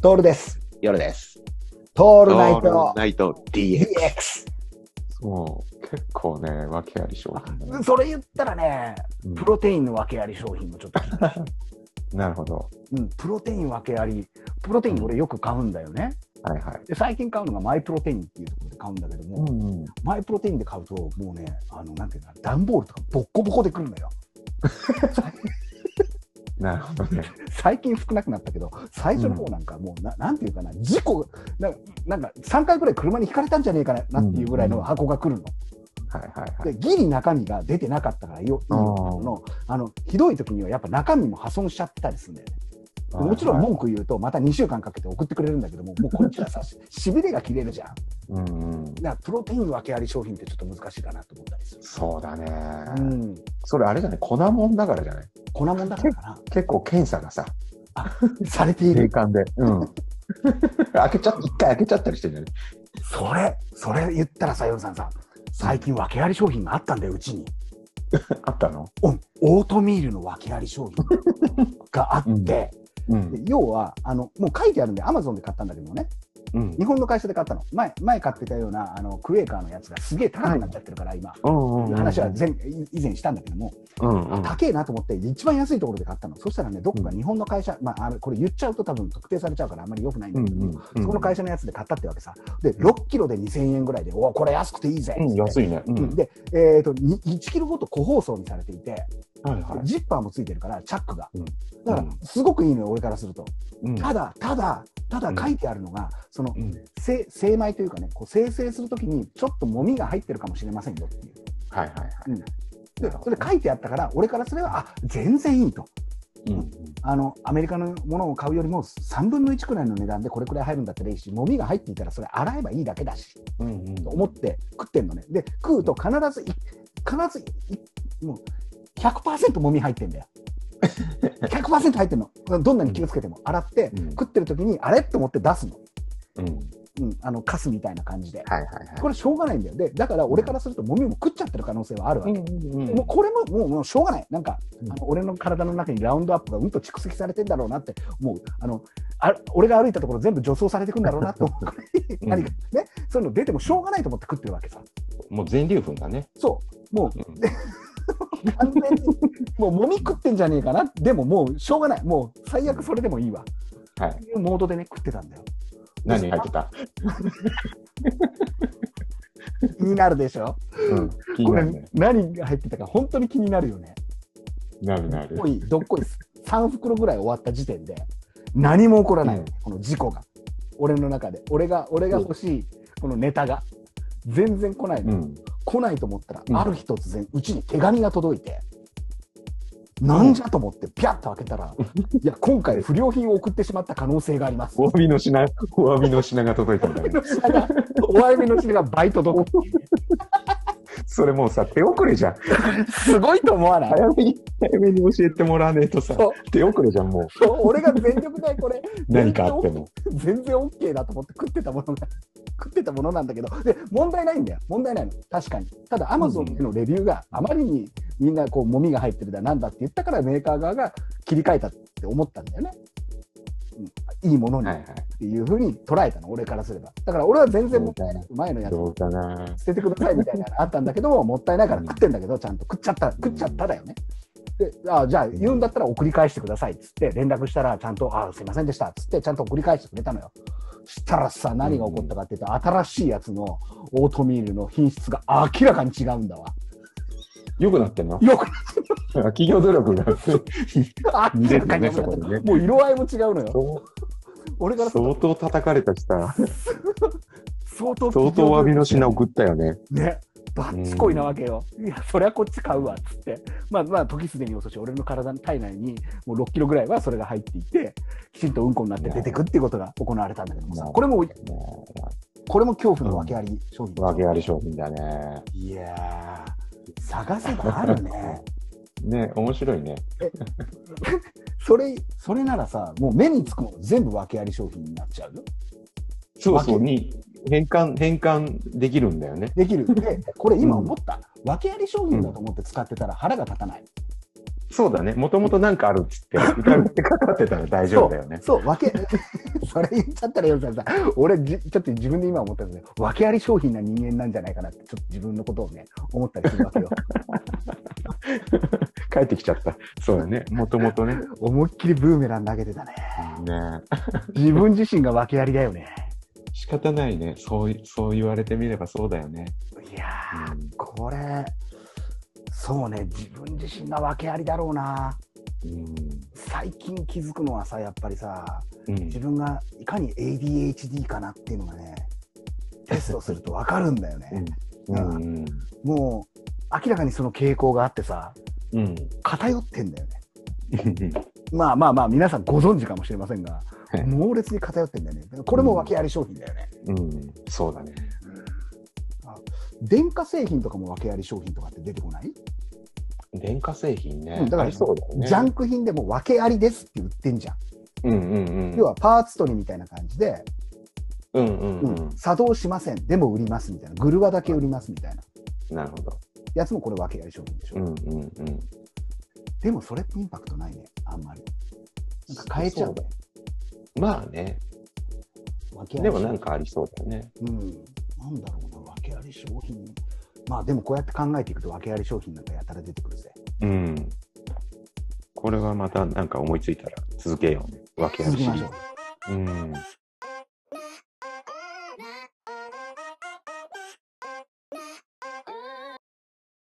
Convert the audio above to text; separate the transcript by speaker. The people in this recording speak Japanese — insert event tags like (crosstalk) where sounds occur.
Speaker 1: トールです。
Speaker 2: 夜です。
Speaker 1: ト
Speaker 2: オ
Speaker 1: ールナイト
Speaker 2: ナイト DX。
Speaker 1: DX。
Speaker 3: そう、結構ね、訳あり商品だね、
Speaker 1: それ言ったらね、
Speaker 3: うん
Speaker 1: プロテインの訳あり商品もちょっと、
Speaker 3: なるほど。
Speaker 1: うん、プロテイン訳あり、プロテイン俺よく買うんだよね。
Speaker 3: はいはい。
Speaker 1: で最近買うのがマイプロテインっていうところで買うんだけども、
Speaker 3: ん、うん。
Speaker 1: マイプロテインで買うと、もうね、あのなんていうか、段ボールとかボッコボコでくるのよ。
Speaker 3: なるほどね。
Speaker 1: 最近少なくなったけど、最初の方なんかもうな、なんていうかな、事故、ななんか3回くらい車にひかれたんじゃねえかなっていうぐらいの箱が来るの。
Speaker 3: はいはいは
Speaker 1: で
Speaker 3: い。
Speaker 1: ギリ中身が出てなかったからよいいよ
Speaker 3: あー
Speaker 1: のあのひどい時にはやっぱ中身も破損しちゃったりするんだよね。でもちろん
Speaker 3: はいはい、
Speaker 1: 文句言うとまた2週間かけて送ってくれるんだけどももうこっちはさししびれが切れるじゃん
Speaker 3: うんうん。
Speaker 1: だからプロテイン訳あり商品ってちょっと難しいかなと思ったりする、
Speaker 3: そうだね。
Speaker 1: うん、
Speaker 3: それあれじゃない、粉もんだからじゃない。
Speaker 1: 粉もんだからか
Speaker 3: 結構検査がさ、
Speaker 1: なされてい
Speaker 3: 霊
Speaker 1: る
Speaker 3: 感で。うん。 (laughs) 開けちゃっ一回開けちゃったりしてんじゃない
Speaker 1: それそれ言ったらさヨルさんさ最近訳あり商品があったんだようちに
Speaker 3: あったの
Speaker 1: うんオートミールの訳あり商品があって、
Speaker 3: うん
Speaker 1: で
Speaker 3: うん。
Speaker 1: 要はあのもう書いてあるんでアマゾンで買ったんだけどもね
Speaker 3: うん
Speaker 1: 日。本の会社で買ったの前前買ってたようなあのクエーカーのやつがすげえ高くなっちゃってるから、今
Speaker 3: うんうんうん
Speaker 1: 話は前以前したんだけども、
Speaker 3: うんうん
Speaker 1: 高えなと思って一番安いところで買ったのそしたらねどこか日本の会社、まあ、あのこれ言っちゃうと多分特定されちゃうからあんまり良くないん
Speaker 3: う
Speaker 1: だ
Speaker 3: ん
Speaker 1: けども、
Speaker 3: うんうん
Speaker 1: そこの会社のやつで買ったってわけさで6キロで2000円ぐらいでおおこれ安くていいぜっつって、
Speaker 3: うん、安いね。う
Speaker 1: うんん。で、えー、とに1キロごと個包装にされていて、
Speaker 3: はいは
Speaker 1: ジッパーもついてるからチャックが、
Speaker 3: うん
Speaker 1: だから
Speaker 3: うん
Speaker 1: すごくいいのよ俺からすると、
Speaker 3: い。うん
Speaker 1: ただただただ書いてあるのが、その
Speaker 3: うん
Speaker 1: 精精米というかね、こう精製するときにちょっともみが入ってるかもしれませんよっていう、
Speaker 3: はいはいはい。
Speaker 1: うんで
Speaker 3: なるほ
Speaker 1: そ
Speaker 3: ど
Speaker 1: れ書いてあったから、俺からすれば、あ全然いいと
Speaker 3: うん
Speaker 1: あの、アメリカのものを買うよりも3分の1くらいの値段でこれくらい入るんだったらいいし、もみが入っていたらそれ洗えばいいだけだし
Speaker 3: うんうん。
Speaker 1: と思って食ってんのね、で食うと必ずい、必ずいもう100%もみ入って
Speaker 3: (laughs)
Speaker 1: んだよ。100%入ってんの、どんなに気をつけても、洗って、
Speaker 3: うん
Speaker 1: 食ってるときに、あれと思って出すの、
Speaker 3: うん。
Speaker 1: うん、あのカスみたいな感じで。
Speaker 3: はいはいはい。
Speaker 1: これしょうがないんだよ。で、だから俺からすると、もみも食っちゃってる可能性はあるわけ。
Speaker 3: うんうん
Speaker 1: もうこれももうもうしょうがない、なんか、
Speaker 3: うん
Speaker 1: あの俺の体の中にラウンドアップがうんと蓄積されてんだろうなって、もうあのあ俺が歩いたところ、全部除草されてくんだろうなと思う
Speaker 3: うん
Speaker 1: 何かね、そういうの出てもしょうがないと思って食ってるわけさ、
Speaker 3: もう全粒粉だね。
Speaker 1: そう、も
Speaker 3: うん
Speaker 1: う完全に、もうもみ食ってんじゃねえかな、でももうしょうがない、もう最悪それでもいいわ、
Speaker 3: はい
Speaker 1: っていうモードでね、食ってたんだよ。
Speaker 3: 何入ってた？
Speaker 1: 気になるでしょ、
Speaker 3: うん。気に
Speaker 1: こ
Speaker 3: な
Speaker 1: れ
Speaker 3: るね。、
Speaker 1: 何が入ってたか、本当に気になるよね。
Speaker 3: なるな
Speaker 1: ど
Speaker 3: る
Speaker 1: っこ。いどっこい3袋ぐらい終わった時点で何も起こらない、
Speaker 3: うん
Speaker 1: この事故が俺の中で俺が俺が欲しいこのネタが全然来ないの、
Speaker 3: うん。
Speaker 1: 来ないと思ったら、
Speaker 3: うん
Speaker 1: ある日突然うちに手紙が届いて、なんじゃと思ってピャッと開けた
Speaker 3: (laughs)
Speaker 1: ら、いや今回不良品を送ってしまった可能性があります
Speaker 3: お詫びの品、お詫びの品が届いたん
Speaker 1: お
Speaker 3: だ
Speaker 1: 詫び
Speaker 3: ね。
Speaker 1: の品がお詫びの品が倍届くっていうね
Speaker 3: (laughs) それもうさ、手遅れじゃん。
Speaker 1: すごいと思わ
Speaker 3: (laughs)
Speaker 1: ない
Speaker 3: 早めに、早めに教えてもらわねえとさ
Speaker 1: そう、
Speaker 3: 手遅れじゃん、もう。
Speaker 1: 俺が全力でこれ
Speaker 3: 何かあっても。
Speaker 1: (laughs) 全然 OK だと思って食ってたものが (laughs) 食ってたものなんだけどで問題ないんだよ問題ないの確かにただアマゾンのレビューがあまりにみんなこうもみが入ってるだなんだって言ったからメーカー側が切り替えたって思ったんだよね、うん、いいものに
Speaker 3: はいは
Speaker 1: っ
Speaker 3: い。
Speaker 1: ていうふうに捉えたの俺からすればだから俺は全然問題なく前のやつ
Speaker 3: どうかな。
Speaker 1: 捨ててくださいみたいなのあったんだけどももったいないから
Speaker 3: うん
Speaker 1: 食ってんだけどちゃんと食っちゃった食っちゃっただよね。であじゃあ言うんだったら送り返してくださいっつって連絡したらちゃんと「あすいませんでした」っつってちゃんと送り返してくれたのよ。したらさ何が起こったかっていうと新しいやつのオートミールの品質が明らかに違うんだわ。
Speaker 3: よくなってんの
Speaker 1: よく
Speaker 3: (laughs) 企業努力
Speaker 1: 明ら
Speaker 3: が。
Speaker 1: かに良くなって
Speaker 3: 見れてるねそこ
Speaker 1: る
Speaker 3: にね
Speaker 1: もう色合いも違うのよ。
Speaker 3: そう
Speaker 1: 俺からする
Speaker 3: 相当叩かれたしさ、
Speaker 1: 相当
Speaker 3: 相当お詫びの品送ったよね。
Speaker 1: ねバッチコイなわけよ、いやそりゃこっち買うわっつってまあまあ時すでに遅し俺の体の体内にもう6キロぐらいはそれが入っていてきちんとうんこになって出てくっていうことが行われたんだけどもさ
Speaker 3: うん
Speaker 1: これも
Speaker 3: も
Speaker 1: これも恐怖の訳あり商品
Speaker 3: う、訳あり商品だね。
Speaker 1: いやー探せばある
Speaker 3: (laughs)
Speaker 1: ね
Speaker 3: ね、面白いね。
Speaker 1: それそれならさもう目につくもの全部訳あり商品になっちゃうよ
Speaker 3: そうそ
Speaker 1: わ
Speaker 3: う、
Speaker 1: け
Speaker 3: に変換、変換できるんだよね。
Speaker 1: できるでこれ今思った、訳あり商品だと思って使ってたら腹が立たない
Speaker 3: そうだね。もともとなんかあるっつって、疑ってかかってたら大丈夫だよね。
Speaker 1: そう、分け、 (laughs) それ言っちゃったらよさんさ、俺じ、ちょっと自分で今思ったんですけど、訳あり商品な人間なんじゃないかなって、ちょっと自分のことをね、思ったりするわけよ。
Speaker 3: (laughs) 帰ってきちゃった。そうだね。もともとね。
Speaker 1: 思いっきりブーメラン投げてたね。
Speaker 3: ね
Speaker 1: 自分自身が訳ありだよね。
Speaker 3: 仕方ないね。そうい、そう言われてみればそうだよね。
Speaker 1: いやー、
Speaker 3: うん
Speaker 1: これ、そうね、自分自身が訳ありだろうな。
Speaker 3: うん。
Speaker 1: 最近気づくのはさ、やっぱりさ、
Speaker 3: うん
Speaker 1: 自分がいかに ADHD かなっていうのがね、テストすると分かるんだよね。
Speaker 3: うん。うん。
Speaker 1: もう明らかにその傾向があってさ
Speaker 3: うん。
Speaker 1: 偏ってんだよね
Speaker 3: うん
Speaker 1: まあまあまあ皆さんご存知かもしれませんが、
Speaker 3: はい
Speaker 1: 猛烈に偏ってんだよねこれも訳あり商品だよね、
Speaker 3: うん。そうだね。
Speaker 1: あ電化製品とかも訳あり商品とかって出てこない、
Speaker 3: 電化製品ね。
Speaker 1: うんだから
Speaker 3: ありそうだよね。
Speaker 1: ジャンク品でも訳ありですって言ってんじゃん、
Speaker 3: うんうんうん。
Speaker 1: 要はパーツ取りみたいな感じで、
Speaker 3: うんうん
Speaker 1: う
Speaker 3: うんん。
Speaker 1: 作動しませんでも売りますみたいなグルワだけ売りますみたいな
Speaker 3: なるほど。
Speaker 1: やつもこれ訳あり商品でしょ、
Speaker 3: うんうんうん。
Speaker 1: でもそれってインパクトないねあんまりなんか変えちゃうね
Speaker 3: まあね。
Speaker 1: 訳あり商品
Speaker 3: でもなんかありそうだよね。
Speaker 1: うん、なんだろうな、訳あり商品。まあでもこうやって考えていくと、訳あり商品なんかやたら出てくるぜ。
Speaker 3: うん。これはまたなんか思いついたら続けようね。わけある
Speaker 1: 続き
Speaker 3: し
Speaker 1: ましょう。
Speaker 3: うん。